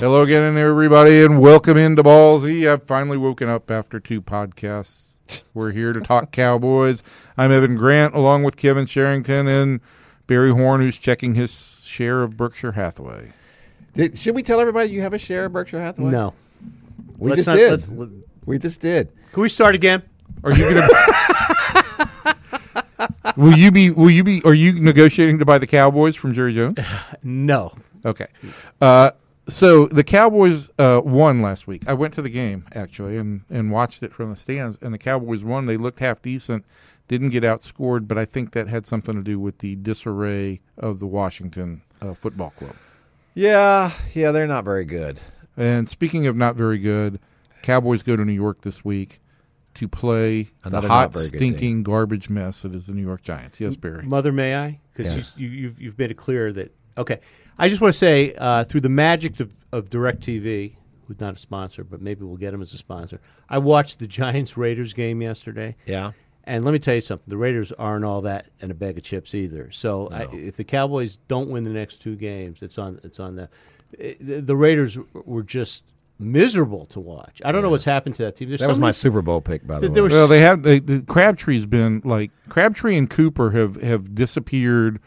Hello again, everybody, and welcome into Ballsy. I've finally woken up after two podcasts. We're here to talk Cowboys. I'm Evan Grant, along with Kevin Sherrington and Barry Horn, who's checking his share of Berkshire Hathaway. Did, should we tell everybody you have a share of Berkshire Hathaway? No. we Let's just not- did. let's- let- we just did. Can we start again? Are you gonna? will you be? Will you be? Are you negotiating to buy the Cowboys from Jerry Jones? No. Okay. Uh, so the Cowboys uh, won last week. I went to the game actually and, and watched it from the stands. And the Cowboys won. They looked half decent, didn't get outscored, but I think that had something to do with the disarray of the Washington uh, football club. Yeah, yeah, they're not very good. And speaking of not very good, Cowboys go to New York this week to play Another the hot, not very good stinking garbage mess that is the New York Giants. Yes, Barry. Mother, may I? Because you, you, you've, you've made it clear that. Okay. I just want to say, uh, through the magic of, of DirecTV, who's not a sponsor, but maybe we'll get him as a sponsor, I watched the Giants Raiders game yesterday. Yeah. And let me tell you something the Raiders aren't all that and a bag of chips either. So I, if the Cowboys don't win the next two games, it's on, it's on the. eh, The, the Raiders were just miserable to watch. I don't know what's happened to that team. There's That was so my many- Super Bowl pick, by the There way. was- Well, they have they, the Crabtree's been like Crabtree and Cooper have have disappeared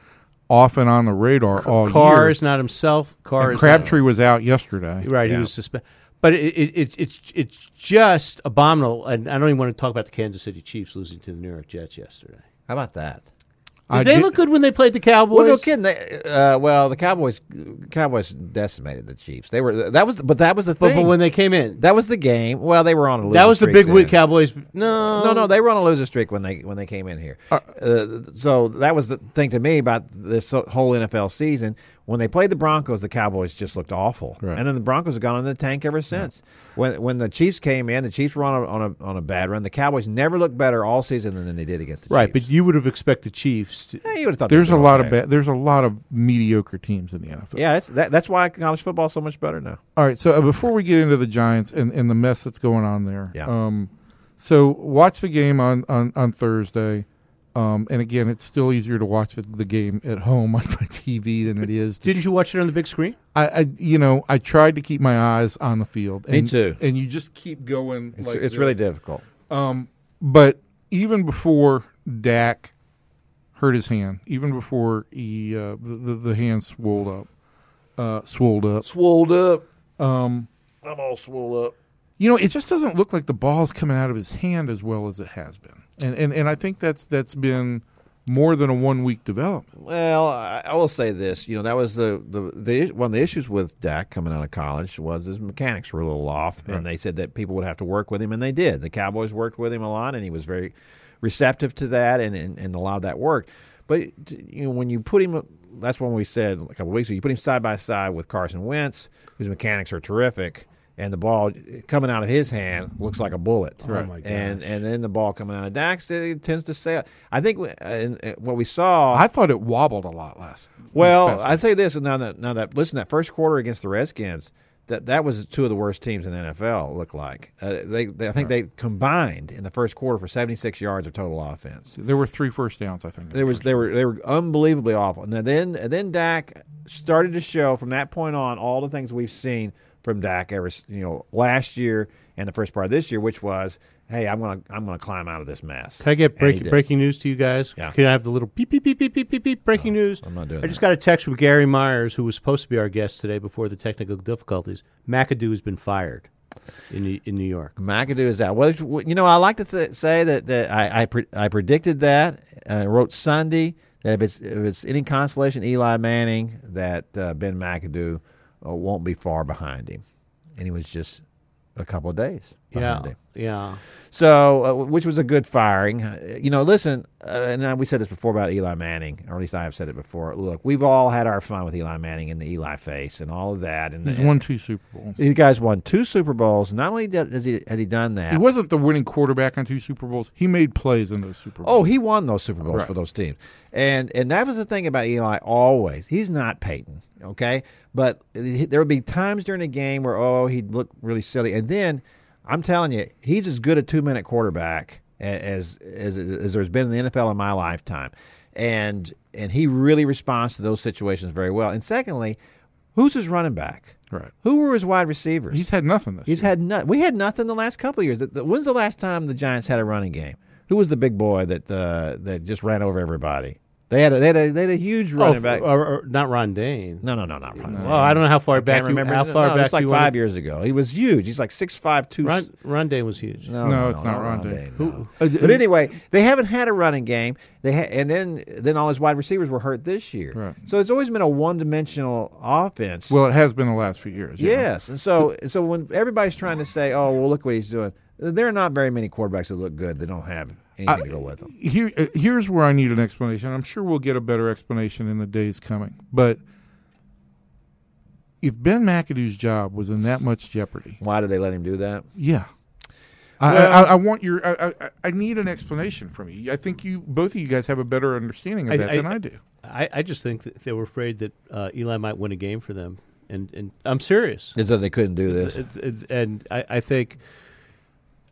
off and on the radar all Carr year. is not himself. And Carr is not- Crabtree was out yesterday. uh, Right, he was suspended. But it, it, it's it's it's just abominable, and I don't even want to talk about the Kansas City Chiefs losing to the New York Jets yesterday. How about that? I Did they did- look good when they played the Cowboys? Well, no kidding. They, uh, well, the Cowboys, Cowboys decimated the Chiefs. They were that was, but that was the but, thing. but when they came in, that, that was the game. Well, they were on a losing was the streak big then. week. Cowboys, no, No, Um, no, they were on a loser streak when they when they came in here. Uh, so that was the thing to me about this whole NFL season. When they played the Broncos, the Cowboys just looked awful, Right. and then the Broncos have gone in the tank ever since. When when the Chiefs came in, the Chiefs were on a, on a on a bad run. The Cowboys never looked better all season than they did against the right. Chiefs. But you would have expected Chiefs. To, yeah, you would have thought There's they'd a be lot of okay. bad, there's a lot of mediocre teams in the NFL. Yeah, that's that, that's why college football's so much better now. All right. So uh, before we get into the Giants and, and the mess that's going on there, Yeah. Um, so watch the game on on, on Thursday. Um, and again, it's still easier to watch the- the game at home on my TV than it is to didn't you watch it on the big screen? I, I you know I tried to keep my eyes on the field. And, Me too. And you just keep going. It's, like it's this. really difficult. But even before Dak hurt his hand, even before he uh, the, the the hand swelled up, uh, swelled up. Swolled up. Um, I'm all swolled up. You know, it just doesn't look like the ball's coming out of his hand as well as it has been. And and, and I think that's that's been more than a one week development. Well, I, I will say this. You know, that was the, the the one of the issues with Dak coming out of college was his mechanics were a little off, and they said that people would have to work with him, and they did. The Cowboys worked with him a lot, and he was very receptive to that, and and, and a lot of that worked. But you know, when you put him, that's when we said a couple of weeks ago, you put him side by side with Carson Wentz, whose mechanics are terrific. And the ball coming out of his hand looks like a bullet. Right. Oh, my and and then the ball coming out of Dak's, it tends to sail. I think uh, and, uh, what we saw. I thought it wobbled a lot last. Well, last- I say this now that now that listen that first quarter against the Redskins that that was two of the worst teams in the NFL looked like. Uh, they, they I think they combined in the first quarter for 76 yards of total offense. there were three first downs. I think There was they were they were unbelievably awful. And then and then Dak started to show from that point on all the things we've seen from Dak ever s- you know last year and the first part of this year which was hey, I'm going to I'm going to climb out of this mess. Can I get And break, he did. breaking news to you guys? Yeah. Can I have the little beep, beep, beep, beep, beep, beep, beep, breaking news? I'm not doing I just got a text from Gary Myers, who was supposed to be our guest today before the technical difficulties. McAdoo has been fired. in New- in New York. McAdoo is out. Well, you know, I like to th- say that, that I I, pre- I predicted that. I wrote Sunday that if it's if it's any consolation, Eli Manning that uh, Ben McAdoo uh, won't be far behind him, and he was just a couple of days behind Yeah, him. yeah. So, uh, which was a good firing. Uh, You know, listen, uh, and I- we said this before about Eli Manning, or at least I have said it before. Look, we've all had our fun with Eli Manning and the Eli face and all of that. And, He's and won two Super Bowls. these guys won two Super Bowls. Not only did, has he has he done that, He wasn't the winning quarterback on two Super Bowls. He made plays in those Super Bowls. Oh, he won those Super Bowls Right. for those teams, and and that was the thing about Eli. Always, he's not Peyton, okay. But it- there would be times during a game where oh he'd look really silly, and then I'm telling you, he's as good a two minute quarterback a- as as as there's been in the NFL in my lifetime, and and he really responds to those situations very well. And secondly, who's his running back? Right. Who were his wide receivers? He's had nothing this He's year. had nothing. We had nothing the last couple of years. The- the- When's the last time the Giants had a running game? Who was the big boy that uh, that just ran over everybody? They had a, they had a, they had a huge running Oh, back. or, or not Ron Dane. no, no, uh, no, not running. Well, I don't know how far back Can't you remember how No, far no, it was back like you five want. years ago. He was huge. He's like six five two. Ron, Ron Dane was huge. no, No, it's not Ron Dane. no. Who- uh, but anyway, they haven't had a running game. They ha- and then then all his wide receivers were hurt this year. Right. So it's always been a one dimensional offense. Well, it has been the last few years. yeah. Yes, and so so when everybody's trying to say, "Oh, well, look what he's doing," there are not very many quarterbacks that look good. They don't have anything to go with them. Here, uh, here's where I need an explanation. I'm sure we'll get a better explanation in the days coming. But if Ben McAdoo's job was in that much jeopardy, Why did they let him do that? yeah. I, I, I want your. I, I, I need an explanation from you. I think you both of you guys have a better understanding I- of that I- than I do. I, I just think that they were afraid that uh, Eli might win a game for them, and and I'm serious. Is that they couldn't do this? It- it- and I, I think,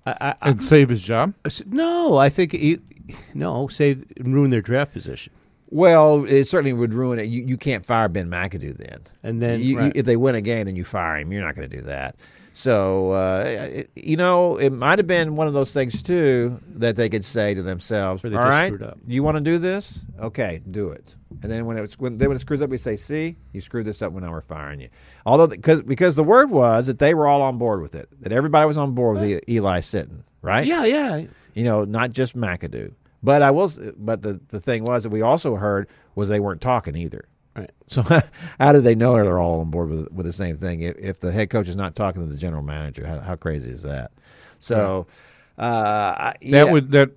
I, I, And save his job. I said, no, I think he, no, save ruin their draft position, Well, it certainly would ruin it. You, you can't fire Ben McAdoo then. and then You- you- right. if they win a game, then you fire him. You're not going to do that. So uh, it- you know, it might have been one of those things too that they could say to themselves, Or "All they just right, screwed up." you want to do this? Okay, do it." And then when it's when then when it screws up, we say, "See, you screwed this up when I were firing you." Although because because the word was that they were all on board with it, that everybody was on board with E- Eli Sitton, right? yeah, yeah, you know, not just McAdoo. But I will. s- But the the thing was that we also heard was they weren't talking either. right. So how do they know they're all on board with, with the same thing? If, if the head coach is not talking to the general manager, how, how crazy is that? So uh, I- That yeah, would that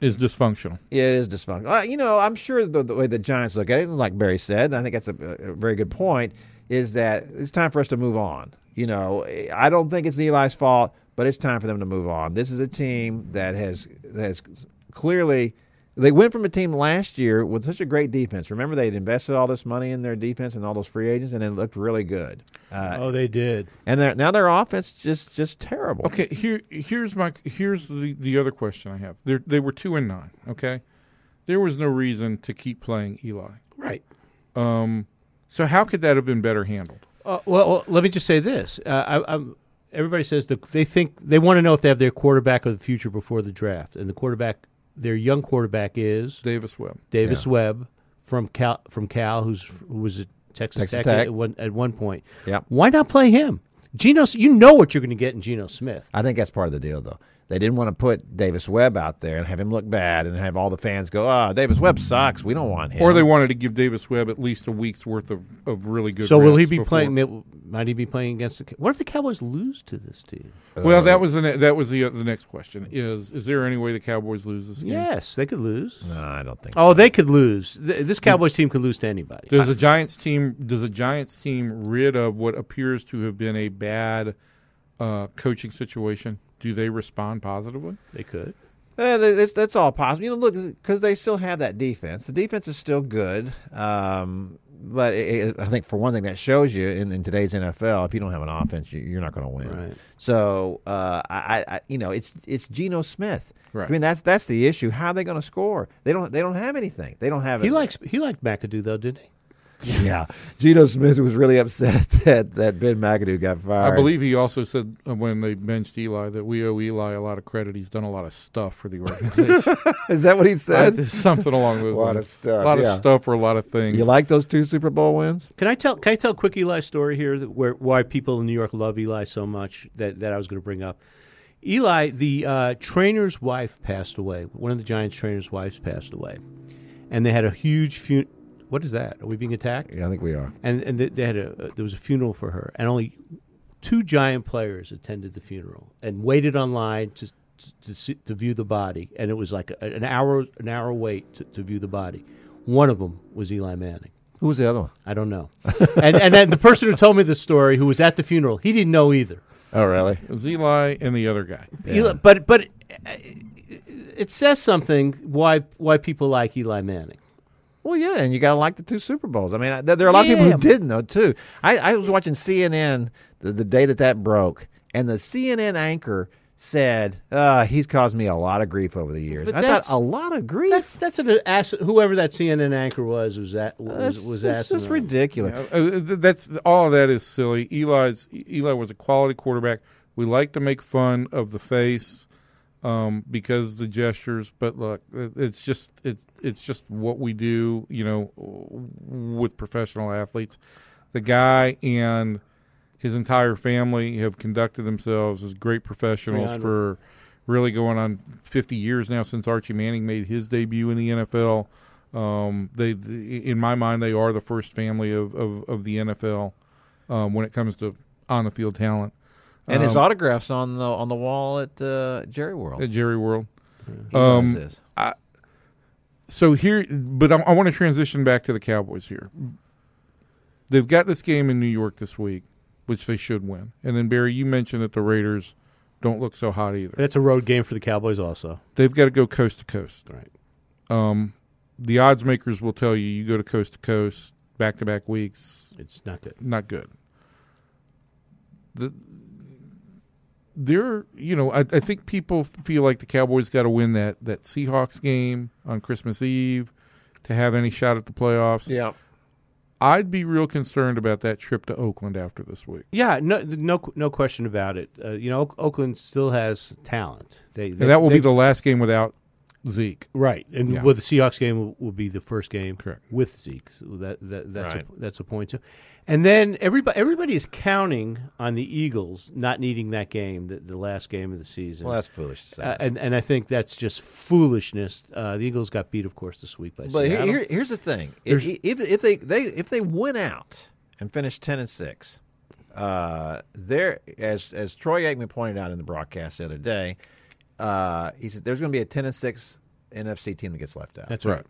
is dysfunctional. it is dysfunctional. Uh, you know, I'm sure the, the way the Giants look at it, and like Barry said, and I think that's a, a very good point, is that it's time for us to move on. You know, I don't think it's Eli's fault, but it's time for them to move on. This is a team that has that has clearly. They went from a team last year with such a great defense. Remember, they'd invested all this money in their defense and all those free agents, and it looked really good. Uh, oh, they did. and they're, now their offense just just terrible. Okay, here here's my here's the, the other question I have. There they were two and nine. Okay, there was no reason to keep playing Eli. Right. So how could that have been better handled? Uh, well, well, let me just say this. Uh, I, I'm, everybody says that they think they want to know if they have their quarterback of the future before the draft, and the quarterback, their young quarterback, is Davis Webb. Davis Webb from Cal from Cal, who's who was at Texas, Texas Tech, Tech. At, one, at one point. Yep. Why not play him? Geno, you know what you're going to get in Geno Smith. I think that's part of the deal, though. They didn't want to put Davis Webb out there and have him look bad and have all the fans go, "Ah, Davis Webb sucks. We don't want him." Or they wanted to give Davis Webb at least a week's worth of, of really good. So will he reps be before- playing? Might he be playing against the? Ca- What if the Cowboys lose to this team? Well, that was the ne- that was the uh, the next question is is there any way the Cowboys lose this game? Yes, they could lose. no, I don't think. Oh, they could lose. Th- This Cowboys team could lose to anybody. Does a Giants team does a Giants team rid of what appears to have been a bad uh, coaching situation? Do they respond positively? They could. Uh, that- that's, that's all possible. You know, look, because they still have that defense. The defense is still good, um, but it, it, I think for one thing that shows you in, in today's NFL, if you don't have an offense, you, you're not going to win. Right. So, uh, I, I, I- you know, it's it's Geno Smith. Right. I mean, that's that's the issue. How are they going to score? They don't. They don't have anything. They don't have. He it. likes he liked McAdoo though, didn't he? yeah, Geno Smith was really upset that that Ben McAdoo got fired. I believe he also said uh, when they benched Eli that we owe Eli a lot of credit. He's done a lot of stuff for the organization. is that what he I- said? there's something along those A lot lines. of stuff, A lot yeah. of stuff for a lot of things. You like those two Super Bowl wins? Can I tell? Can I tell a quick Eli story here? That where why people in New York love Eli so much that that I was going to bring up. Eli, the uh, trainer's wife passed away. One of the Giants' trainer's wives passed away, and they had a huge funeral. What is that? Are we being attacked? Yeah, I think we are. And and they, they had a uh, there was a funeral for her, and only two Giant players attended the funeral and waited online to to, see, to view the body, and it was like a, an hour an hour wait to, to view the body. One of them was Eli Manning. Who was the other one? I don't know. and and then the person who told me the story, who was at the funeral, he didn't know either. Oh, really? It was Eli and the other guy. Eli, but but uh, it says something why why people like Eli Manning. Well, yeah, and you got to like the two Super Bowls. I mean, I- there, there are a lot of people Yeah. who didn't though too. I, I was watching CNN the, the day that that broke, and the CNN anchor said, uh, "He's caused me a lot of grief over the years." But I thought that's- a lot of grief. That's that's an ass, whoever that CNN anchor was was that was that's, was that's, that's asinine. ridiculous. Uh, th- that's all of that is silly. Eli's Eli was a quality quarterback. We like to make fun of the face um, because the gestures, but look, it- it's just it, it's just what we do, you know, with professional athletes. The guy and his entire family have conducted themselves as great professionals Yeah, I know. for really going on 50 years now since Archie Manning made his debut in the NFL. Um, they, the, in my mind, they are the first family of, of, of the NFL um, when it comes to on the field talent And his autographs on the on the wall at uh, Jerry World. at Jerry World. He knows um, this. So here, but I, I want to transition back to the Cowboys here. They've got this game in New York this week, which they should win. And then Barry, you mentioned that the Raiders don't look so hot either. That's a road game for the Cowboys, also. They've got to go coast to coast. Um, Right. the odds makers will tell you you go to coast to coast back to back weeks It's not good. not good the there you know I, I think people feel like the cowboys got to win that that seahawks game on christmas eve to have any shot at the playoffs yeah. i'd be real concerned about that trip to oakland after this week Yeah, no, no, no question about it. Uh, you know, Oak- Oakland still has talent. They, and that will they- be the last game without zeke Right, and Yeah. well, the Seahawks game will, will be the first game Correct. with Zeke. So that, that that's Right. a, that's a point too. And then everybody everybody is counting on the Eagles not needing that game, the, the last game of the season. Well, that's foolish to say. uh, and and I think that's just foolishness. Uh, the Eagles got beat, of course, this week by But here, Seattle. here, here's the thing: if, if if they they if they win out and finish ten and six, uh, there as as Troy Aikman pointed out in the broadcast the other day, uh, he said there's going to be a ten and six NFC team that gets left out. that's right.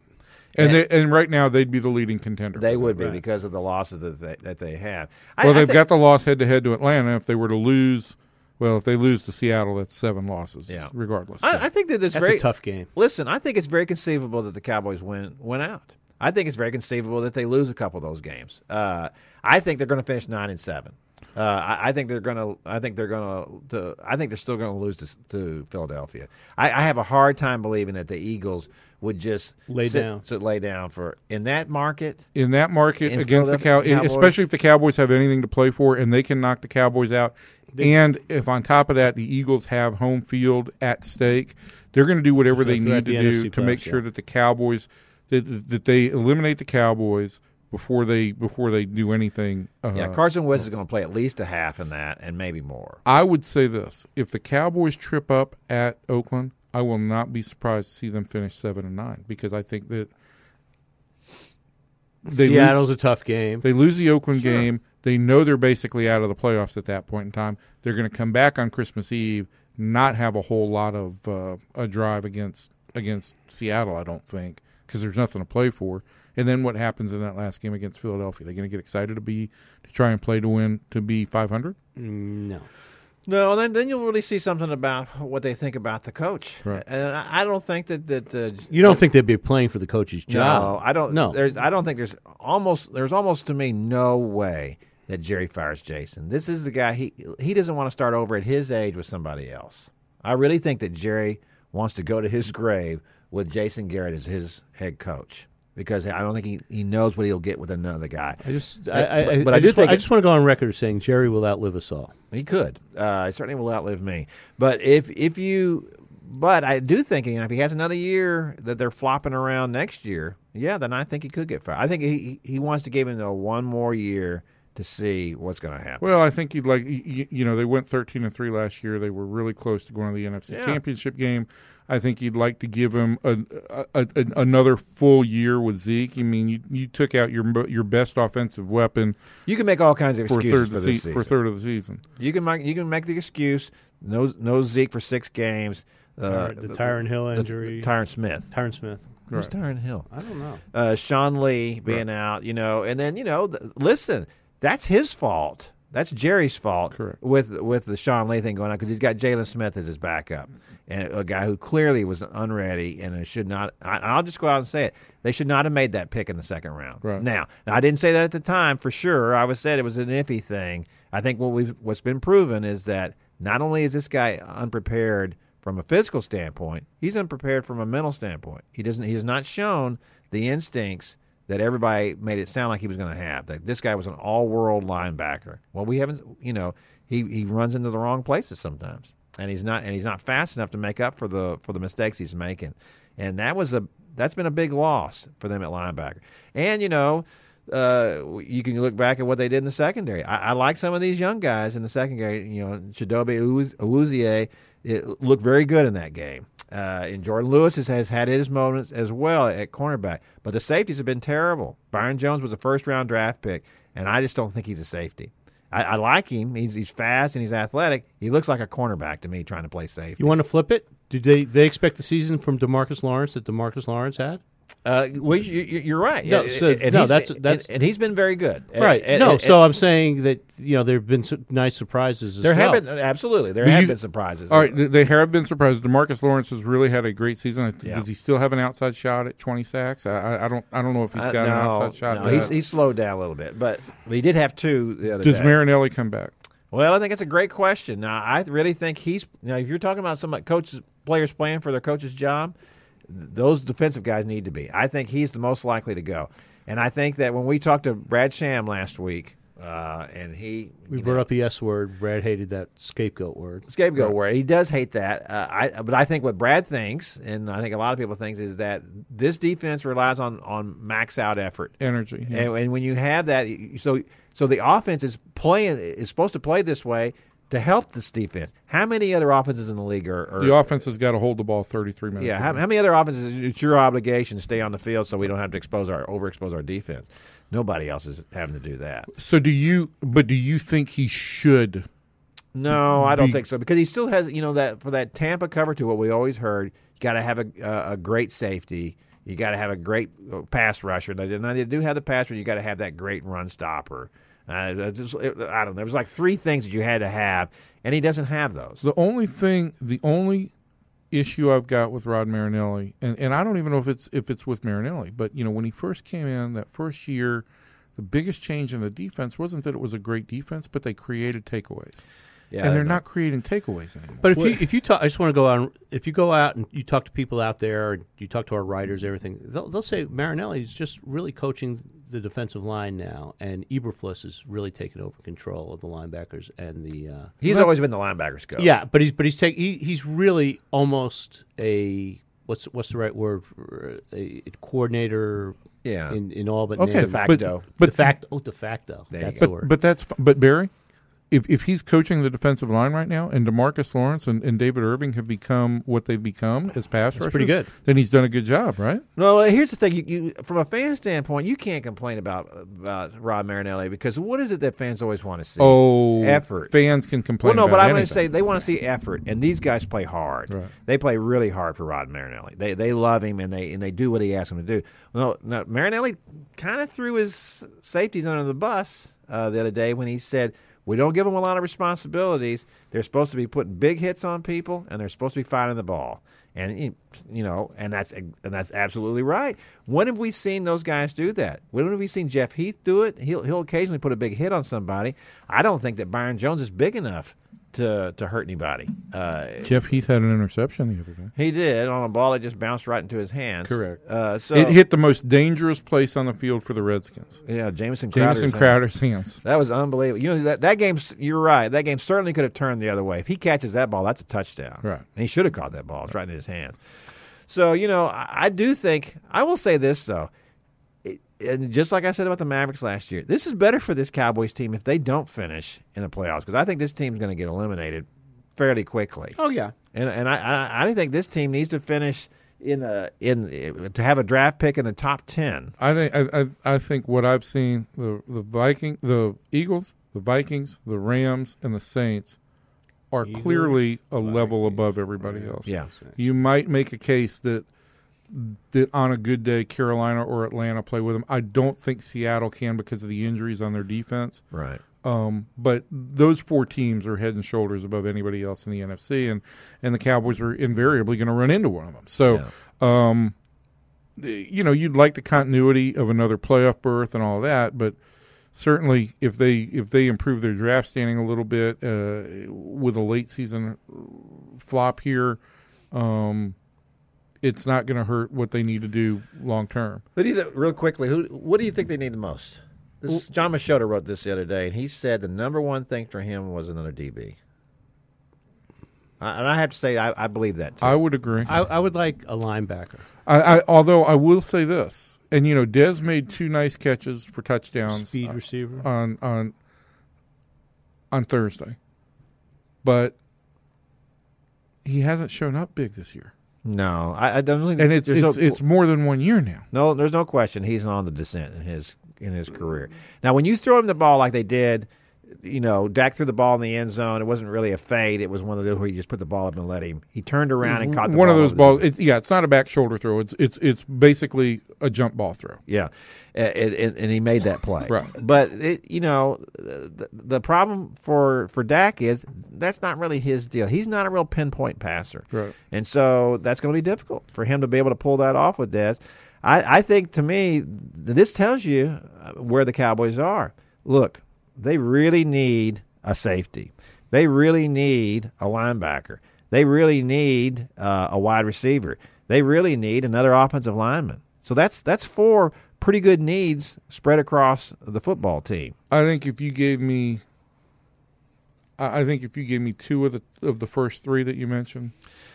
and they, and right now they'd be the leading contender They would be because of the losses that they, that they have. Well, they've think- got the loss head to head to Atlanta. If they were to lose, well, if they lose to Seattle, that's seven losses. Yeah. regardless. I, I think that it's That's a very tough game. Listen, I think it's very conceivable that the Cowboys win win out. I think it's very conceivable that they lose a couple of those games. Uh, I think they're going to finish nine and seven. Uh, I, I think they're going to. I think they're going to. I think they're still going to lose to, s- to Philadelphia. I, I have a hard time believing that the Eagles would just Lay sit- down. sit- lay down for in that market. in that market In against the Cow, Philadelphia Cowboys. especially if the Cowboys have anything to play for and they can knock the Cowboys out. And if on top of that the Eagles have home field at stake, they're going to do whatever they throughout need to the do NFC to make playoffs, sure yeah. that the Cowboys that, that they eliminate the Cowboys before they before they do anything. Uh, Yeah, Carson Wentz is going to play at least a half in that, and maybe more. I would say this: if the Cowboys trip up at Oakland, I will not be surprised to see them finish seven and nine because I think that they lose, Seattle's a tough game. they lose the Oakland game. They know they're basically out of the playoffs at that point in time. They're going to come back on Christmas Eve, not have a whole lot of uh, a drive against against Seattle. I don't think because there's nothing to play for. And then what happens in that last game against Philadelphia? They're going to get excited to be to try and play to win to be 500. No, No, and then, then you'll really see something about what they think about the coach. Right. And I, I don't think that that uh, you don't think they'd be playing for the coach's no, job? I don't. No, there's I don't think there's almost there's almost to me no way that Jerry fires Jason. This is the guy he he doesn't want to start over at his age with somebody else. I really think that Jerry wants to go to his grave with Jason Garrett as his head coach. because I don't think he, he knows what he'll get with another guy. I just, I, But- I, but- I, but I I do just, wa- think I it- just want to go on record as saying Jerry will outlive us all. He could. Uh, he certainly will outlive me. But if if you, but I do think you know, if he has another year that they're flopping around next year, yeah, then I think he could get fired. I think he he wants to give him the one more year to see what's going to happen. Well, I think you'd like you, you know they went thirteen and three last year. They were really close to going to the NFC Yeah. Championship game. I think you'd like to give him a, a, a- another full year with Zeke. I mean, you, you took out your mo- your best offensive weapon You can make all kinds of for a excuses third for, of the this se- season. for a third of the season. you can make you can make the excuse no no Zeke for six games. Uh, the Tyron Hill injury. Tyron Smith. Tyron Smith. Who's Tyron Hill? I don't know. uh, Sean Lee being out, you know, and then you know, th- listen, that's his fault. That's Jerry's fault Correct. with with the Sean Lee thing going on because he's got Jalen Smith as his backup and a guy who clearly was unready and it should not. I, I'll just go out and say it. They should not have made that pick in the second round. Right. Now, now I didn't say that at the time for sure. I was said it was an iffy thing. I think what we've what's been proven is that not only is this guy unprepared from a physical standpoint, he's unprepared from a mental standpoint. He doesn't he has not shown the instincts that everybody made it sound like he was going to have. That this guy was an all-world linebacker. Well, we haven't you know, he he runs into the wrong places sometimes. And he's not and he's not fast enough to make up for the for the mistakes he's making. And that was a that's been a big loss for them at linebacker. And you know, uh, you can look back at what they did in the secondary. I, I like some of these young guys in the secondary. You know, Chidobe Awuz- Awuzie it looked very good in that game. Uh, and Jordan Lewis has, has had his moments as well at cornerback, but the safeties have been terrible. Byron Jones was a first round draft pick, and I just don't think he's a safety. I, I like him. He's, he's fast and he's athletic. He looks like a cornerback to me trying to play safety. You want to flip it? Did they they expect the season from Demarcus Lawrence that Demarcus Lawrence had? Uh, well, you, you- you're right. No, And- so- and no, he's- that's- and- that's- and, he's been very good. right. And- no. and- so I'm saying that you know there have been some nice surprises. As There well. have been uh, absolutely there Do have you- been surprises. All right, th- they have been surprised. Demarcus Lawrence has really had a great season. I th- Yeah. Does he still have an outside shot at twenty sacks? I, I, I don't. I don't know if he's Uh, got an no, outside shot. no, yet. he's, he's slowed down a little bit, but he did have two the other does day. Marinelli come back? well, I think it's a great question. Now, I really think he's now. If you're talking about some like, coaches, players playing for their coach's job, th- those defensive guys need to be. I think he's the most likely to go, and I think that when we talked to Brad Sham last week, uh, and he We you brought know, up the S word. Brad hated that scapegoat word. scapegoat word. He does hate that. Uh, I, but I think what Brad thinks, and I think a lot of people think, is that this defense relies on on max out effort. Energy. yeah. And, and when you have that, you- so so the offense is playing is supposed to play this way to help this defense. How many other offenses in the league are? are the offense has got to hold the ball thirty-three minutes. yeah, a how, game. how many other offenses? It's your obligation to stay on the field so we don't have to expose our overexpose our defense. Nobody else is having to do that. So do you? But do you think he should? No, I don't Be- think so because he still has you know that for that Tampa cover to what we always heard. You got to have a uh, a great safety. You got to have a great uh, pass rusher. They, did- now they do have the pass rusher. You got to have that great run stopper. Uh, it just, it- I don't know. There was like three things that you had to have, and he doesn't have those. The only thing, the only issue I've got with Rod Marinelli, and, and I don't even know if it's if it's with Marinelli, but you know when he first came in that first year, the biggest change in the defense wasn't that it was a great defense, but they created takeaways, Yeah, and I they're know. not creating takeaways anymore. But if you if you talk, I just want to go out. and- If you go out and you talk to people out there, and you talk to our writers, everything they'll, they'll say Marinelli is just really coaching the defensive line now, and Eberflus is really taking over control of the linebackers and the. Uh, He's always been the linebackers coach. yeah, but he's but he's taking he, he's really almost a what's what's the right word for a, a coordinator. Yeah. in, in all but okay, name. fact- but, facto. but de facto. Oh, de facto. you That's go. the word. But that's f- but Barry, if if he's coaching the defensive line right now, and Demarcus Lawrence and, and David Irving have become what they've become as pass rushers, pretty good. Then he's done a good job, right? No, well, uh, here's the thing. You, you, from a fan standpoint, you can't complain about about Rob Marinelli because what is it that fans always want to see? Oh, effort. Fans can complain. Well, no, but about I'm going to anything. say they want to see effort, and these guys play hard. Right. They play really hard for Rod Marinelli. They they love him, and they and they do what he asks them to do. No, no Marinelli kind of threw his safeties under the bus uh, the other day when he said. We don't give them a lot of responsibilities. They're supposed to be putting big hits on people, and they're supposed to be finding the ball. And you you know, and that's and that's absolutely right. When have we seen those guys do that? When have we seen Jeff Heath do it? He'll he'll occasionally put a big hit on somebody. I don't think that Byron Jones is big enough to to hurt anybody. Uh, Jeff Heath had an interception the other day. he did on a ball that just bounced right into his hands. Correct. Uh, so It hit the most dangerous place on the field for the Redskins. yeah, Jameson Crowder's Jameson hands. Crowder's hands. That was unbelievable. You know that that game's you're right. That game certainly could have turned the other way. If he catches that ball, that's a touchdown. Right. And he should have caught that ball. It's right in his hands. So you know, I, I do think I will say this though, It- and just like I said about the Mavericks last year, this is better for this Cowboys team if they don't finish in the playoffs because I think this team's going to get eliminated fairly quickly. Oh yeah, And and I, I I think this team needs to finish in a in to have a draft pick in the top ten. I think I, I, I think what I've seen the the Viking the Eagles, the Vikings, the Rams, and the Saints are clearly a level above everybody else. Yeah. you might make a case that that on a good day Carolina or Atlanta play with them. I don't think Seattle can because of the injuries on their defense. Right. Um, but those four teams are head and shoulders above anybody else in the NFC, and and the Cowboys are invariably going to run into one of them. So, um, the- you know, you'd like the continuity of another playoff berth and all that, but certainly if they if they improve their draft standing a little bit uh, with a late season flop here, um, it's not going to hurt what they need to do long term. Who do you th- real quickly? Who? What do you think they need the most? This is- John Machado wrote this the other day, and he said the number one thing for him was another DB. I, and I have to say, I, I believe that. Too. I would agree. I, I would like a linebacker. I, I although I will say this, and you know, Dez made two nice catches for touchdowns uh, Speed receiver. on on on Thursday, but he hasn't shown up big this year, no, I, I don't think. and it's there's it's, no, it's more than one year now. no, there's no question he's on the descent in his in his career. Now, when you throw him the ball like they did, you know, Dak threw the ball in the end zone. It wasn't really a fade. It was one of those where you just put the ball up and let him. He turned around and caught Mm-hmm. the one ball of those over the balls. It's, yeah, it's not a back shoulder throw. It's it's it's basically a jump ball throw. Yeah, and, and, and he made that play. Right. But it, you know, the, the problem for for Dak is that's not really his deal. He's not a real pinpoint passer. Right. And so that's going to be difficult for him to be able to pull that off with Dez. I, I think to me, th- this tells you uh, where the Cowboys are. Look, they really need a safety. They really need a linebacker. They really need uh, a wide receiver. They really need another offensive lineman. So that's that's four pretty good needs spread across the football team. I think if you gave me, I I think if you gave me two of the of the first three that you mentioned,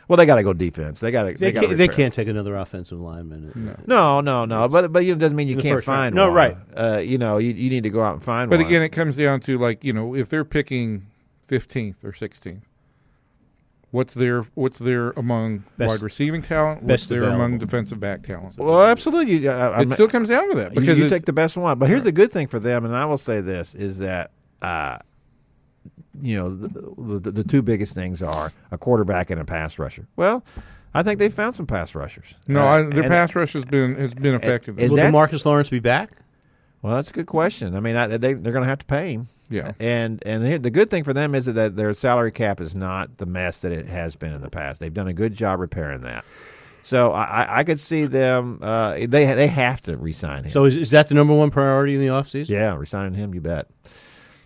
Well, they got to go defense. They got to. They, They, gotta can't, they repair. can't take another offensive lineman. No, no, no. But but you know, it doesn't mean you the can't first round. find. No, one. right. Uh, you know, you, you need to go out and find. But one. again, it comes down to like you know if they're picking fifteenth or sixteenth, what's their what's their among Best- wide receiving talent? What's best their among available. defensive back talent? well, absolutely. You- I, I, it still comes down to that because you, you it's- take the best one. But here's the good thing for them, and I will say this is that. Uh, you know the, the the two biggest things are a quarterback and a pass rusher. Well, I think they found some pass rushers. no, Uh, I, their and- pass rush has been has been effective. and Will that's- Demarcus Lawrence be back? Well, that's a good question. I mean, I, they they're going to have to pay him. Yeah. And and here, the good thing for them is that their salary cap is not the mess that it has been in the past. They've done a good job repairing that. So I, I- I could see them. Uh, they they have to resign him. So is, is that the number one priority in the offseason? yeah, resigning him, you bet.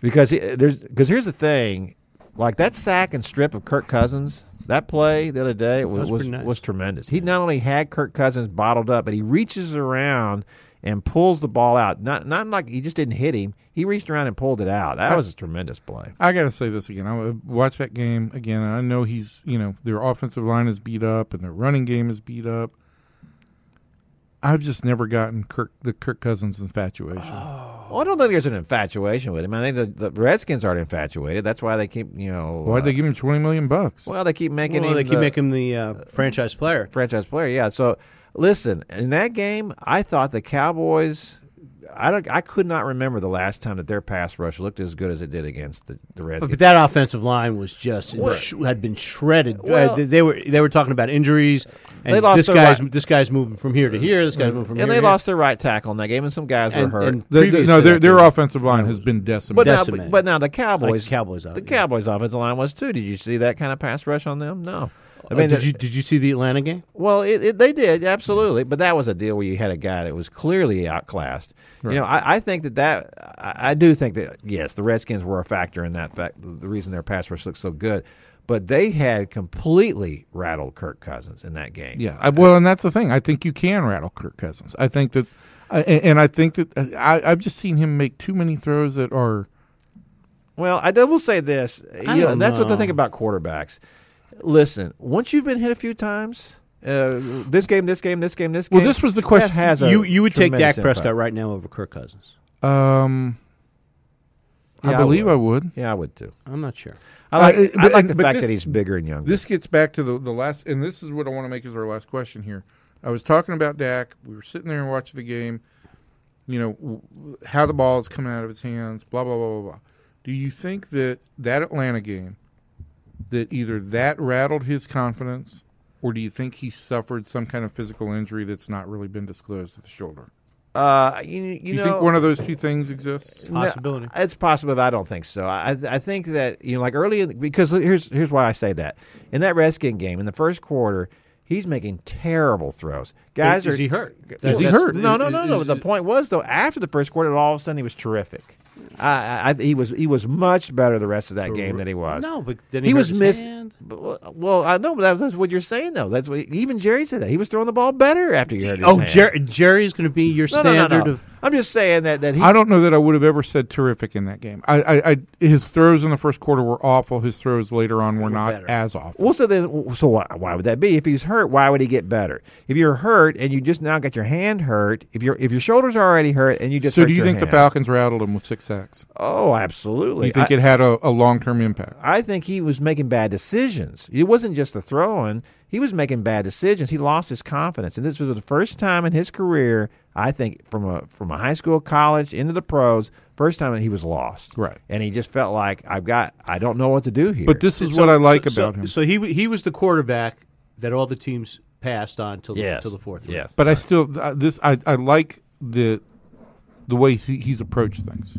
Because he, there's because here's the thing, like that sack and strip of Kirk Cousins. That play the other day was was was, pretty nice. was tremendous. He not only had Kirk Cousins bottled up, but he reaches around and pulls the ball out. Not not like he just didn't hit him. He reached around and pulled it out. That was a tremendous play. I gotta say this again. I watch that game again. I know he's you know their offensive line is beat up and their running game is beat up. I've just never gotten Kirk the Kirk Cousins infatuation. Oh, Oh. Well, I don't think there's an infatuation with him. I think the, the Redskins aren't infatuated. That's why they keep you know. Why'd uh, they give him twenty million bucks? well, they keep making Well, him they the- keep making the uh, franchise player. franchise player. Yeah. So listen, in that game, I thought the Cowboys. I don't. I could not remember the last time that their pass rush looked as good as it did against the, the But Redskins. that offensive line was just sh- had been shredded. Uh, Well- they, they were they were talking about injuries. And They lost this their guy's right- this guy's moving from here to here. This guy's moving from And here. they to here. lost their right tackle in that game, and some guys And- were hurt. and The- the- previous no, to their that, their they- offensive line has been decimated. but now, decimated. but now the Cowboys, Like Cowboys, the obviously. Cowboys offensive line was too. Did you see that kind of pass rush on them? No. I mean, Uh, did you did you see the Atlanta game? Well, it, it, they did absolutely, but that was a deal where you had a guy that was clearly outclassed. You know, I, I think that that I, I do think that yes, the Redskins were a factor in that fact. The, the reason their pass rush looked so good, but they had completely rattled Kirk Cousins in that game. Yeah, I, well, and that's the thing. I think you can rattle Kirk Cousins. I think that, I- and and I think that I, I've just seen him make too many throws that are. Well, I will say this. You know, don't that's what the know. thing about quarterbacks. Listen, once you've been hit a few times, uh, this game, this game, this game, this game. Well, this was the question. That has a You you would take tremendous Dak Prescott impact. right now over Kirk Cousins. Um, I Yeah, I believe would. I would. Yeah, I would too. I'm not sure. I like, Uh, it- I but- like the but fact this- that he's bigger and younger. This gets back to the the last, and this is what I want to make as our last question here. I was talking about Dak. We were sitting there and watching the game. You know w- how the ball is coming out of his hands. Blah blah blah blah blah. Do you think that that Atlanta game, that either that rattled his confidence, or do you think he suffered some kind of physical injury that's not really been disclosed to the shoulder? Uh, you, you, Do you know, think one of those two things exists? no, Possibility. it's possible, but I don't think so. I I I think that you know, like early in, because here's here's why I say that in that Redskin game in the first quarter, he's making terrible throws. Guys, is are, he hurt? Is he That's- hurt? No, no, Is- no, is- no. is- the point was though, after the first quarter, all of a sudden he was terrific. I, I, I he was he was much better the rest of that game than he was. No, but then he, He, was missed. missed. Well, I know, but that's, that's what you're saying though. That's what, even Jerry said that he was throwing the ball better after you heard. His Oh, hand. Jerry, Jerry's going to be your No, no, no, standard no. of. I'm just saying that that he I don't know that I would have ever said terrific in that game. I, I, I his throws in the first quarter were awful. His throws later on were, not better. as awful. Well, so then, so why, why would that be? If he's hurt, why would he get better? If you're hurt and you just now got your hand hurt, if your if your shoulders are already hurt and you just So hurt do you your think the hand- Falcons rattled him with six sacks? Oh, Do absolutely. you think I, it had a, a long term impact? I think he was making bad decisions. It wasn't just the throwing; he was making bad decisions. He lost his confidence, and this was the first time in his career, I think, from a from a high school, college, into the pros, first time that he was lost. Right. and he just felt like I've got, I don't know what to do here. But this is So- what I like so- about so, him. So he w- he was the quarterback that all the teams passed on till yes, the, till the fourth. round. yes, but I still uh, this I, I like the the way he, he's approached things.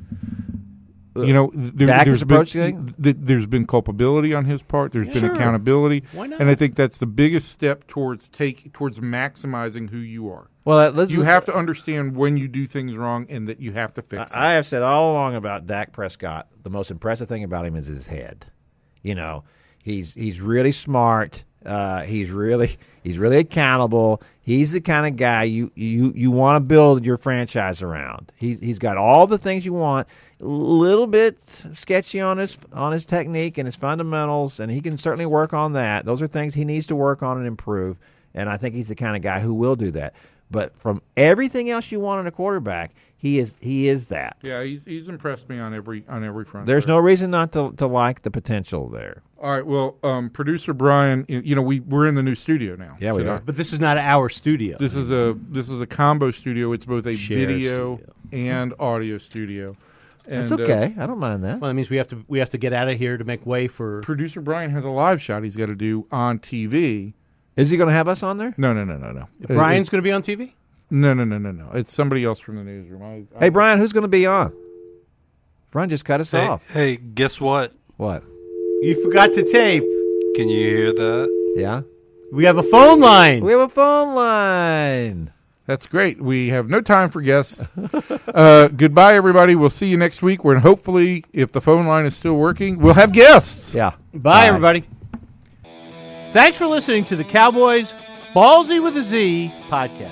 You know, there, Dak has has been approached things? th- there's been culpability on his part. There's been Sure. accountability, Why not? and I think that's the biggest step towards take towards maximizing who you are. well, let's You have to understand when you do things wrong and that you have to fix it. I have said all along about Dak Prescott. The most impressive thing about him is his head. You know, he's he's really smart. Uh, he's really he's really accountable. He's the kind of guy you you you want to build your franchise around. He's he's got all the things you want. A little bit sketchy on his on his technique and his fundamentals, and he can certainly work on that. Those are things he needs to work on and improve. And I think he's the kind of guy who will do that. But from everything else you want in a quarterback, he is he is that. Yeah, he's he's impressed me on every on every front. There's there. no reason not to, to like the potential there. All right. Well, um, producer Brian, y- you know we we're in the new studio now. Yeah, we today. are. But this is not our studio. This is a this is a combo studio. It's both a Shared video studio. and audio studio. And, It's uh, okay. I don't mind that. well, that means we have to we have to get out of here to make way for. producer Brian has a live shot he's got to do on TV. Is he going to have us on there? No, no, no, no, no. Brian's going to be on TV. no, no, no, no, no. It's somebody else from the newsroom. I, I, Hey, Brian, who's going to be on? Brian just cut us Hey, off. hey, guess what? What? You forgot to tape. Can you hear that? Yeah. We have a phone line. We have a phone line. That's great. We have no time for guests. uh, goodbye, everybody. We'll see you next week. Where hopefully, if the phone line is still working, we'll have guests. Yeah. Bye, everybody. Thanks for listening to the Cowboys Ballsy with a Z podcast.